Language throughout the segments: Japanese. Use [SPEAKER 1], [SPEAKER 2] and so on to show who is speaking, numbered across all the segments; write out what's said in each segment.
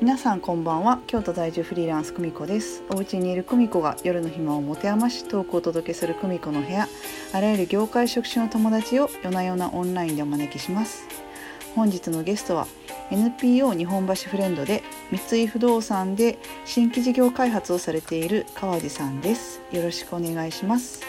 [SPEAKER 1] 皆さんこんばんは京都在住フリーランス久美子ですお家にいる久美子が夜の暇を持て余しトークをお届けする久美子の部屋あらゆる業界職種の友達を夜な夜なオンラインでお招きします本日のゲストは NPO 日本橋フレンドで三井不動産で新規事業開発をされている川地さんですよろしくお願いします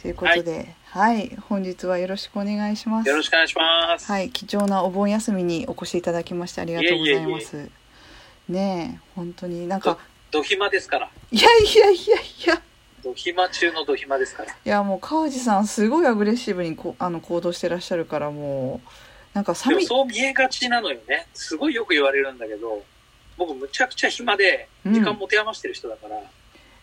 [SPEAKER 1] ということで、はい、本日はよろしくお願いします。
[SPEAKER 2] よろしくお願いします。
[SPEAKER 1] はい、貴重なお盆休みにお越しいただきましてありがとうございます。ねえ、本当になんか、
[SPEAKER 2] ドヒマですから。
[SPEAKER 1] いやいやいやいや、
[SPEAKER 2] ドヒマ中のドヒマですから。
[SPEAKER 1] いやもう川地さんすごいアグレッシブにこあの行動してらっしゃるからもう、なんか
[SPEAKER 2] で
[SPEAKER 1] 寒
[SPEAKER 2] も
[SPEAKER 1] い、
[SPEAKER 2] そう見えがちなのよね。すごいよく言われるんだけど、僕むちゃくちゃ暇で、
[SPEAKER 1] うん
[SPEAKER 2] 時間持て余してる人だから、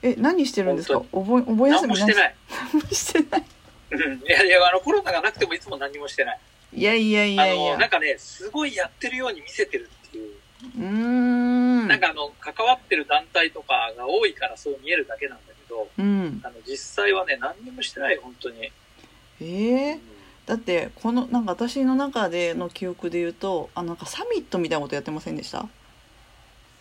[SPEAKER 1] え、何してるんですか
[SPEAKER 2] 本
[SPEAKER 1] お盆、お盆休
[SPEAKER 2] 何
[SPEAKER 1] み
[SPEAKER 2] もして
[SPEAKER 1] い。
[SPEAKER 2] ない。
[SPEAKER 1] 何もしてない。
[SPEAKER 2] うんいやいや、あのコロナがなくてもいつも何もしてない。
[SPEAKER 1] いやいやい
[SPEAKER 2] あ
[SPEAKER 1] やいや。
[SPEAKER 2] の、
[SPEAKER 1] う
[SPEAKER 2] なんかね、すごいやってるように見せてるっていう。
[SPEAKER 1] ーん。
[SPEAKER 2] なんかあの、関わってる団体とかが多いからそう見えるだけなんだけど、
[SPEAKER 1] うん。
[SPEAKER 2] あの、実際はね、何にもしてない、本当に。
[SPEAKER 1] ええ
[SPEAKER 2] うん
[SPEAKER 1] だってこのなんか私の中での記憶で言うとあのなんかサミットみたいなことやってませんでした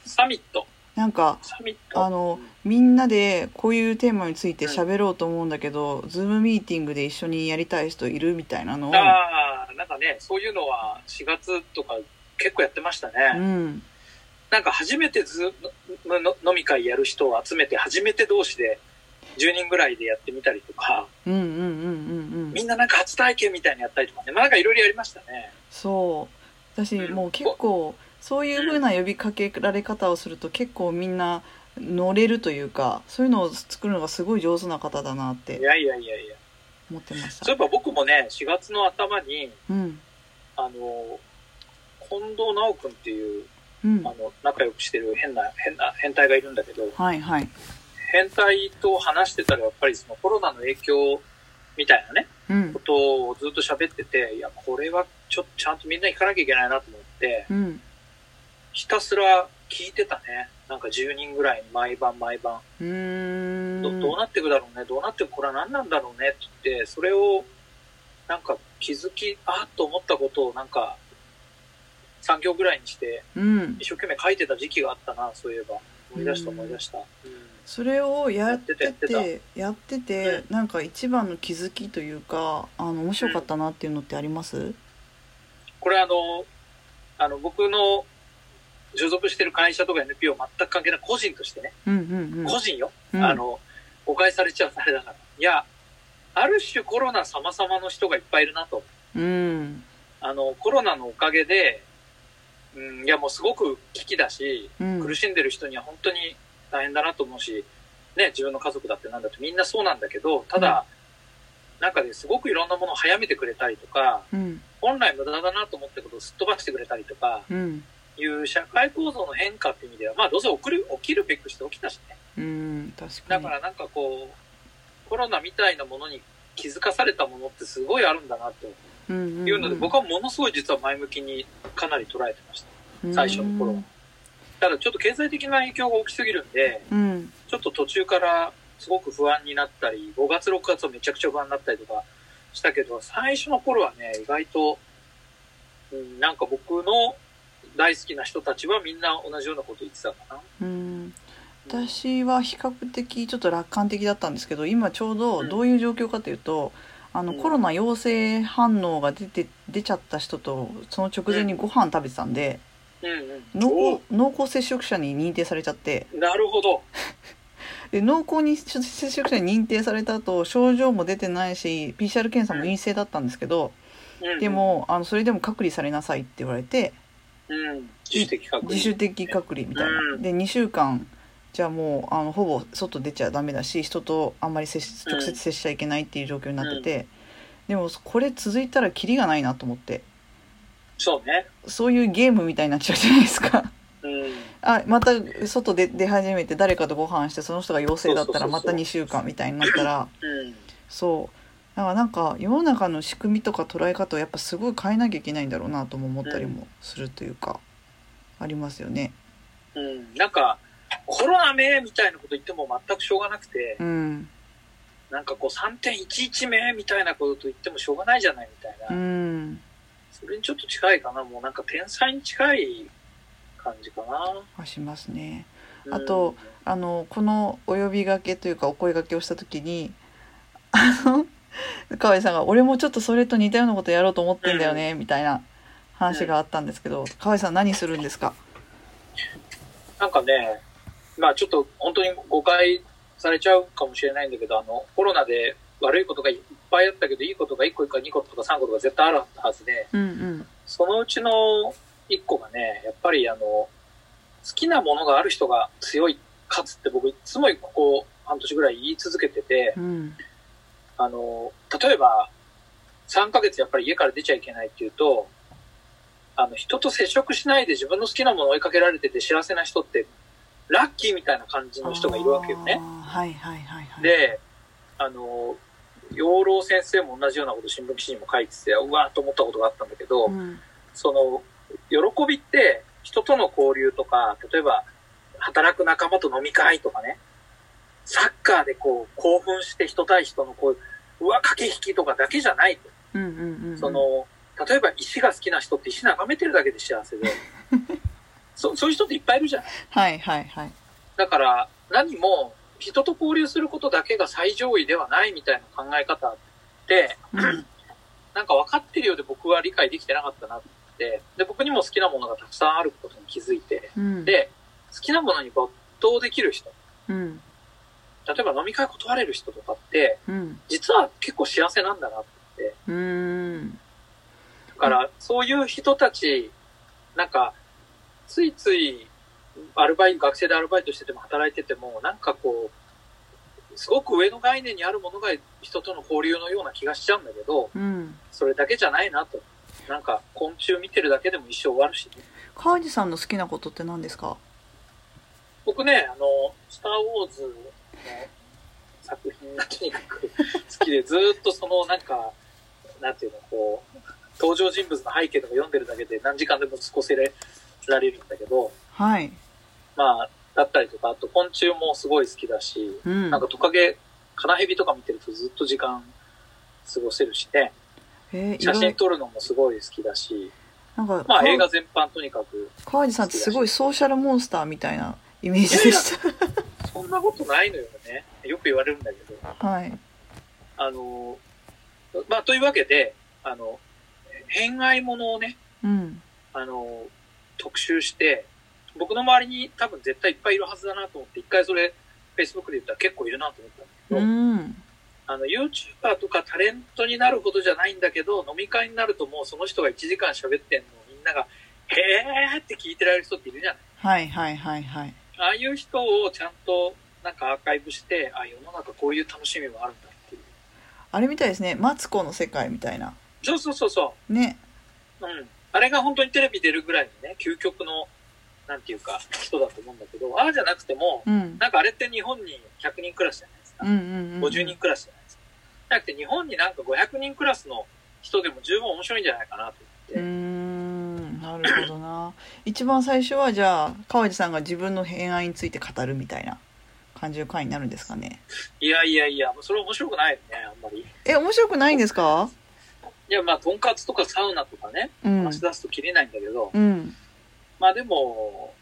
[SPEAKER 2] サミット。
[SPEAKER 1] なんか
[SPEAKER 2] サミット。
[SPEAKER 1] あのみんなでこういうテーマについて喋ろうと思うんだけど、ズームミーティングで一緒にやりたい人いるみたいなのを、
[SPEAKER 2] ああ、なんかね、そういうのは4月とか結構やってましたね。
[SPEAKER 1] うん、
[SPEAKER 2] なんか初めてずのの飲み会やる人を集めて、初めて同士で10人ぐらいでやってみたりとか、
[SPEAKER 1] うんうんうんうんう
[SPEAKER 2] み
[SPEAKER 1] ん
[SPEAKER 2] んななんか初体験みたいにやったりとかね、まあなんかいろいろやりましたね。
[SPEAKER 1] そう私
[SPEAKER 2] うん
[SPEAKER 1] もう結構そういう風な呼びかけられ方をすると結構みんな乗れるというかそういうのを作るのがすごい上手な方だなっ
[SPEAKER 2] い
[SPEAKER 1] て
[SPEAKER 2] やいやいやいや。
[SPEAKER 1] 思ってまし
[SPEAKER 2] そうい
[SPEAKER 1] た
[SPEAKER 2] えば僕もね、4月の頭に、
[SPEAKER 1] うん
[SPEAKER 2] あの、近藤直くんっていう、
[SPEAKER 1] うん
[SPEAKER 2] あの、仲良くしてる変な、変な、変態がいるんだけど、
[SPEAKER 1] はいはい
[SPEAKER 2] 変態と話してたらやっぱりそのコロナの影響みたいなね、
[SPEAKER 1] うん
[SPEAKER 2] ことをずっと喋ってて、いや、これはちょっとちゃんとみんな行かなきゃいけないなと思って、
[SPEAKER 1] うん
[SPEAKER 2] ひたすら聞いてたね。なんか10人ぐらい毎晩毎晩。
[SPEAKER 1] うーん
[SPEAKER 2] どどうなっていくだろうね、どうなっていく、これは何なんだろうねって言って、それを、なんか気づき、あっと思ったことをなんか、3行ぐらいにして、
[SPEAKER 1] うん
[SPEAKER 2] 一生懸命書いてた時期があったな、そういえば。思い出した思い出した。うん
[SPEAKER 1] それをやってて
[SPEAKER 2] やってたやって
[SPEAKER 1] やっててなんか一番の気づきというかあの面白かったなっていうのってあります
[SPEAKER 2] これあの、あの、僕の所属してる会社とか NPO 全く関係ない、個人としてね。
[SPEAKER 1] うんうん
[SPEAKER 2] 個人よ、
[SPEAKER 1] うん
[SPEAKER 2] あの誤解されちゃうあれだからいやある種コロナ様々の人がいっぱいいるなと
[SPEAKER 1] うんうん
[SPEAKER 2] あのコロナのおかげで、うん、いやもうすごく危機だし
[SPEAKER 1] うん
[SPEAKER 2] 苦しんでる人には本当に大変だなと思うし、ね、自分の家族だってなんだってみんなそうなんだけどただ、なんかねすごくいろんなものを早めてくれたりとか
[SPEAKER 1] うん
[SPEAKER 2] 本来無駄だなと思ったことをすっ飛ばしてくれたりとか
[SPEAKER 1] うん
[SPEAKER 2] いう社会構造の変化って意味ではまあどうせ起きる起きるべくして起きたしね
[SPEAKER 1] うん確か
[SPEAKER 2] だ
[SPEAKER 1] に
[SPEAKER 2] からなんかこう、コロナみたいなものに気づかされたものってすごいあるんだなと
[SPEAKER 1] うん
[SPEAKER 2] いうので、僕はものすごい実は前向きにかなり捉えてました。最初の頃はただちょっと経済的な影響が大きすぎるんで、
[SPEAKER 1] うん
[SPEAKER 2] ちょっと途中からすごく不安になったり、5月6月はめちゃくちゃ不安になったりとかしたけど、最初の頃はね、意外と、うん、なんか僕の大好きな人たちはみんな同じようなこと言ってたかな。
[SPEAKER 1] うん私は比較的ちょっと楽観的だったんですけど今ちょうど
[SPEAKER 2] うん
[SPEAKER 1] どういう状況かというとあの
[SPEAKER 2] うん
[SPEAKER 1] コロナ陽性反応が出て出ちゃった人とその直前にご飯食べてたんで
[SPEAKER 2] うんうん。
[SPEAKER 1] 濃厚濃厚接触者に認定されちゃって
[SPEAKER 2] おなるほど。
[SPEAKER 1] で濃厚に接触者に認定された後症状も出てないし PCR 検査も陰性だったんですけど、
[SPEAKER 2] うんうん
[SPEAKER 1] で、もあのそれでも隔離されなさいって言われて
[SPEAKER 2] うん、自主的確
[SPEAKER 1] 自主的隔離みたいな、
[SPEAKER 2] うん
[SPEAKER 1] で2週間じゃあもうあのほぼ外出ちゃダメだし人とあんまり接し
[SPEAKER 2] うん
[SPEAKER 1] 直接接しちゃいけないっていう状況になってて、でもこれ続いたらキリがないなと思って
[SPEAKER 2] そうね。
[SPEAKER 1] そういうゲームみたいになっちゃうじゃないですか。
[SPEAKER 2] うん。
[SPEAKER 1] あまた外で出始めて誰かとご飯してその人が陽性だったら
[SPEAKER 2] そうそうそうそう
[SPEAKER 1] また2週間みたいになったら
[SPEAKER 2] うん。
[SPEAKER 1] そうだからなんか世の中の仕組みとか捉え方をやっぱすごい変えなきゃいけないんだろうなとも思ったりもするというか、ありますよね。
[SPEAKER 2] うん。なんか、コロナめみたいなこと言っても全くしょうがなくて、
[SPEAKER 1] うん、
[SPEAKER 2] なんかこう3.11めみたいなこと言ってもしょうがないじゃないみたいな。
[SPEAKER 1] うん、
[SPEAKER 2] それにちょっと近いかな。もうなんか天才に近い感じかな。
[SPEAKER 1] はしますね。
[SPEAKER 2] うん
[SPEAKER 1] あと、あのこのお呼びがけというかお声がけをした時にあの河合さんが「俺もちょっとそれと似たようなことやろうと思ってんだよね」みたいな話があったんですけど河合さん何するんですか
[SPEAKER 2] なんかね、まあちょっと本当に誤解されちゃうかもしれないんだけど、あの、コロナで悪いことがいっぱいあったけど、いいことが1個か2個とか3個とか絶対あるはずで、
[SPEAKER 1] うんうん
[SPEAKER 2] そのうちの1個がね、やっぱりあの、好きなものがある人が強い、勝つって僕いつもここ半年ぐらい言い続けてて、
[SPEAKER 1] うん
[SPEAKER 2] あの、例えば、3ヶ月やっぱり家から出ちゃいけないっていうと、あの、人と接触しないで自分の好きなものを追いかけられてて幸せな人って、ラッキーみたいな感じの人がいるわけよね。
[SPEAKER 1] あーはいはいはいはい
[SPEAKER 2] で、あの、養老先生も同じようなこと新聞記事にも書いてて、うわーと思ったことがあったんだけど、
[SPEAKER 1] うん
[SPEAKER 2] その、喜びって、人との交流とか、例えば、働く仲間と飲み会とかね、サッカーでこう、興奮して人対人のこう、うわ、駆け引きとかだけじゃない。
[SPEAKER 1] うんうんうん
[SPEAKER 2] その、例えば石が好きな人って石眺めてるだけで 幸せで、そそういう人っていっぱいいるじゃん。
[SPEAKER 1] はいはいはい
[SPEAKER 2] だから、何も、人と交流することだけが最上位ではないみたいな考え方って、
[SPEAKER 1] うん
[SPEAKER 2] なんか分かってるようで僕は理解できてなかったなって。で、僕にも好きなものがたくさんあることに気づいて。
[SPEAKER 1] うん
[SPEAKER 2] で、好きなものに没頭できる人。
[SPEAKER 1] うん
[SPEAKER 2] 例えば飲み会断れる人とかって、
[SPEAKER 1] うん
[SPEAKER 2] 実は結構幸せなんだなって。
[SPEAKER 1] うーん
[SPEAKER 2] だから、そういう人たち、なんか、ついつい、アルバイト、学生でアルバイトしてても働いてても、なんかこう、すごく上の概念にあるものが人との交流のような気がしちゃうんだけど、
[SPEAKER 1] うん
[SPEAKER 2] それだけじゃないなと。なんか、昆虫見てるだけでも一生終わるしね、
[SPEAKER 1] 川地さんの好きなことって何ですか
[SPEAKER 2] 僕ね、あの、スター・ウォーズの作品がとにかく好きで、ずーっとその、なんか、なんていうの、こう、登場人物の背景とか読んでるだけで何時間でも過ごせられるんだけど、
[SPEAKER 1] はい
[SPEAKER 2] まあ、だったりとか、あと昆虫もすごい好きだし、
[SPEAKER 1] うん
[SPEAKER 2] なんかトカゲ、カナヘビとか見てるとずっと時間過ごせるしね、
[SPEAKER 1] えー意
[SPEAKER 2] 写真
[SPEAKER 1] 外
[SPEAKER 2] 撮るのもすごい好きだし、
[SPEAKER 1] なんか
[SPEAKER 2] まあ
[SPEAKER 1] 川
[SPEAKER 2] 映画全般とにかく、
[SPEAKER 1] 川地さんってすごいソーシャルモンスターみたいなイメージでした。
[SPEAKER 2] そんなことないのよね。よく言われるんだけど。
[SPEAKER 1] はい。
[SPEAKER 2] あの、まあ、というわけで、あの、偏愛者をね、
[SPEAKER 1] うん。
[SPEAKER 2] あの、特集して、僕の周りに多分絶対いっぱいいるはずだなと思って、一回それ、Facebook で言ったら結構いるなと思ったんだけ
[SPEAKER 1] う
[SPEAKER 2] ど、
[SPEAKER 1] ん。
[SPEAKER 2] あの、YouTuber とかタレントになるほどじゃないんだけど、飲み会になるともうその人が1時間喋ってんのをみんなが、へーって聞いてられる人っているじゃない
[SPEAKER 1] はいはいはいはい。
[SPEAKER 2] ああいう人をちゃんとなんかアーカイブして、あ、世の中こういう楽しみもあるんだっていう。
[SPEAKER 1] あれみたいですね。マツコの世界みたいな。
[SPEAKER 2] そうそうそうそう。
[SPEAKER 1] ね。
[SPEAKER 2] うん。あれが本当にテレビ出るぐらいのね、究極の、なんていうか、人だと思うんだけど、ああじゃなくても、
[SPEAKER 1] うん。
[SPEAKER 2] なんかあれって日本に100人クラスじゃないですか
[SPEAKER 1] うん。うんうん。
[SPEAKER 2] 50人。クラスじゃないですか。じゃなくて日本になんか500人クラスの人でも十分面白いんじゃないかなと
[SPEAKER 1] うー
[SPEAKER 2] 思って。
[SPEAKER 1] ん。なるほどな。一番最初はじゃあ、川地さんが自分の偏愛について語るみたいな感じの回になるんですかね。
[SPEAKER 2] いやいやいや、もうそれ面白くないよね、あんまり。
[SPEAKER 1] え、面白くないんですか
[SPEAKER 2] いや、まあ、とんかつとかサウナとかね、
[SPEAKER 1] うん
[SPEAKER 2] 話。し出すと切れないんだけど、
[SPEAKER 1] うん。
[SPEAKER 2] まあでも、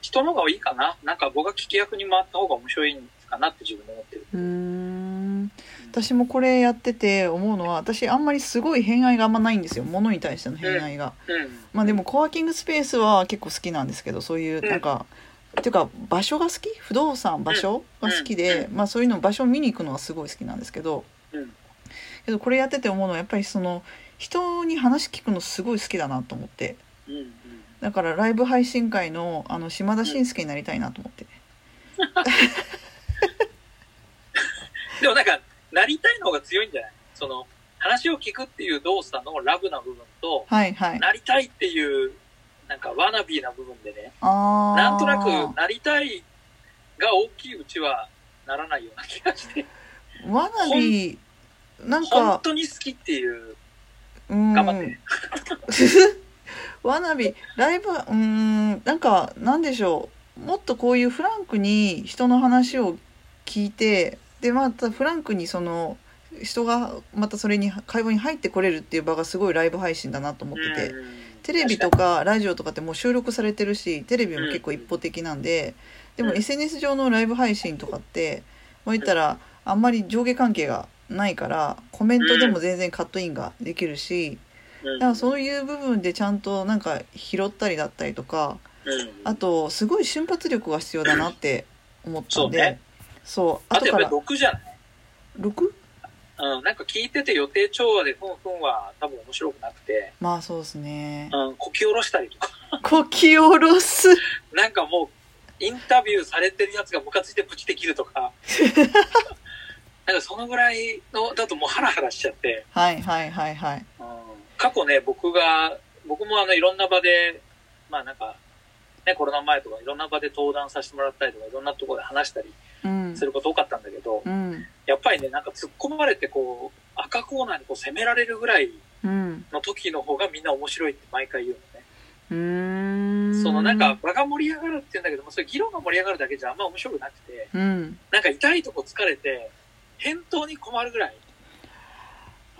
[SPEAKER 2] 人の方がいいかな。なんか僕が聞き役に回った方が面白いかなって自分で思ってる。
[SPEAKER 1] うーん。私もこれやってて思うのは、私あんまりすごい偏愛があんまないんですよ。物に対しての偏愛が。
[SPEAKER 2] うん。
[SPEAKER 1] まあでもコワーキングスペースは結構好きなんですけどそういうなんか、っていうか場所が好き不動産場所が好きで、まあ、そういうの場所を見に行くのはすごい好きなんですけど
[SPEAKER 2] うん。
[SPEAKER 1] けどこれやってて思うのはやっぱりその人に話聞くのすごい好きだなと思って
[SPEAKER 2] うん。うん。
[SPEAKER 1] だからライブ配信会のあの島田紳介になりたいなと思って、
[SPEAKER 2] でもなんか、なりたいの方が強いんじゃないその、話を聞くっていう動作のラブな部分と、
[SPEAKER 1] はいはい
[SPEAKER 2] なりたいっていう、なんかワナビーな部分でね、
[SPEAKER 1] あー
[SPEAKER 2] なんとなくなりたいが大きいうちはならないような気がして、
[SPEAKER 1] わなびなん
[SPEAKER 2] 本
[SPEAKER 1] か
[SPEAKER 2] 当に好きっていう、
[SPEAKER 1] うん
[SPEAKER 2] 頑張って。
[SPEAKER 1] わなびライブうーんなんかなんでしょうもっとこういうフランクに人の話を聞いてでまたフランクにその人がまたそれに会話に入ってこれるっていう場がすごいライブ配信だなと思ってて、
[SPEAKER 2] うん
[SPEAKER 1] テレビとかラジオとかってもう収録されてるしテレビも結構一方的なんで、
[SPEAKER 2] うん
[SPEAKER 1] でも SNS 上のライブ配信とかってまあ言ったらあんまり上下関係がないからコメントでも全然カットインができるし
[SPEAKER 2] うん
[SPEAKER 1] だからそういう部分でちゃんとなんか拾ったりだったりとか
[SPEAKER 2] うん
[SPEAKER 1] あとすごい瞬発力が必要だなって思ったん
[SPEAKER 2] そう
[SPEAKER 1] で
[SPEAKER 2] ね
[SPEAKER 1] そう
[SPEAKER 2] あと
[SPEAKER 1] 後か
[SPEAKER 2] やっぱり
[SPEAKER 1] ら
[SPEAKER 2] 毒じゃない、
[SPEAKER 1] 6?
[SPEAKER 2] うん、なんか聞いてて予定調和でふんふんは多分面白くなくて、
[SPEAKER 1] まあそうですね
[SPEAKER 2] うん、こき下ろしたりとか、
[SPEAKER 1] こき下ろす
[SPEAKER 2] なんかもうインタビューされてるやつがムカついてブチできるとか、なんかそのぐらいのだともうハラハラしちゃって、
[SPEAKER 1] はいはいはいはい
[SPEAKER 2] うん過去ね、僕が、僕もあの、いろんな場で、まあなんか、ね、コロナ前とかいろんな場で登壇させてもらったりとか、いろんなところで話したり
[SPEAKER 1] うん
[SPEAKER 2] すること多かったんだけど、
[SPEAKER 1] うん
[SPEAKER 2] やっぱりね、なんか突っ込まれてこう、赤コーナーにこう攻められるぐらい
[SPEAKER 1] うん
[SPEAKER 2] の時の方がみんな面白いって毎回言うのね。
[SPEAKER 1] うーん
[SPEAKER 2] そのなんか場が盛り上がるって言うんだけども、それ議論が盛り上がるだけじゃあんま面白くなくて、
[SPEAKER 1] うん
[SPEAKER 2] なんか痛いとこ疲れて、返答に困るぐらい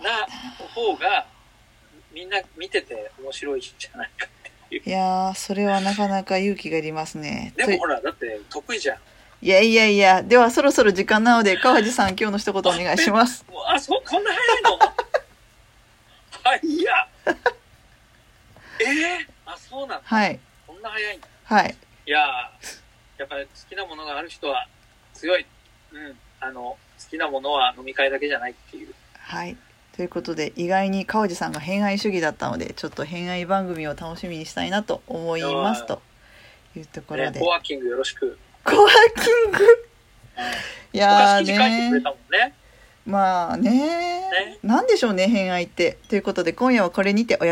[SPEAKER 2] な方が、みんな見てて面白いんじゃないかっていう
[SPEAKER 1] い。やーそれはなかなか勇気がいりますね
[SPEAKER 2] で
[SPEAKER 1] と
[SPEAKER 2] もほら、だって得意じゃん。
[SPEAKER 1] いやいやいやではそろそろ時間なので川地さん今日の一言お願いします
[SPEAKER 2] もうあ、そう、こんな早いのはい、いや。ええあ、そうなんだ。
[SPEAKER 1] はい
[SPEAKER 2] こんな早いんだ。
[SPEAKER 1] はい
[SPEAKER 2] いやーやっぱり好きなものがある人は強い。うん。あの、好きなものは飲み会だけじゃないっていう。
[SPEAKER 1] はいということで意外に川地さんが偏愛主義だったのでちょっと偏愛番組を楽しみにしたいなと思いますというところ
[SPEAKER 2] ね、
[SPEAKER 1] で
[SPEAKER 2] コワーキングよろしく。
[SPEAKER 1] コワーキングい
[SPEAKER 2] お
[SPEAKER 1] や
[SPEAKER 2] か
[SPEAKER 1] ー
[SPEAKER 2] しきに書いて
[SPEAKER 1] ね
[SPEAKER 2] くれたもんね。
[SPEAKER 1] まあね
[SPEAKER 2] ね
[SPEAKER 1] なんでしょうね偏愛ってということで今夜はこれにておやすみ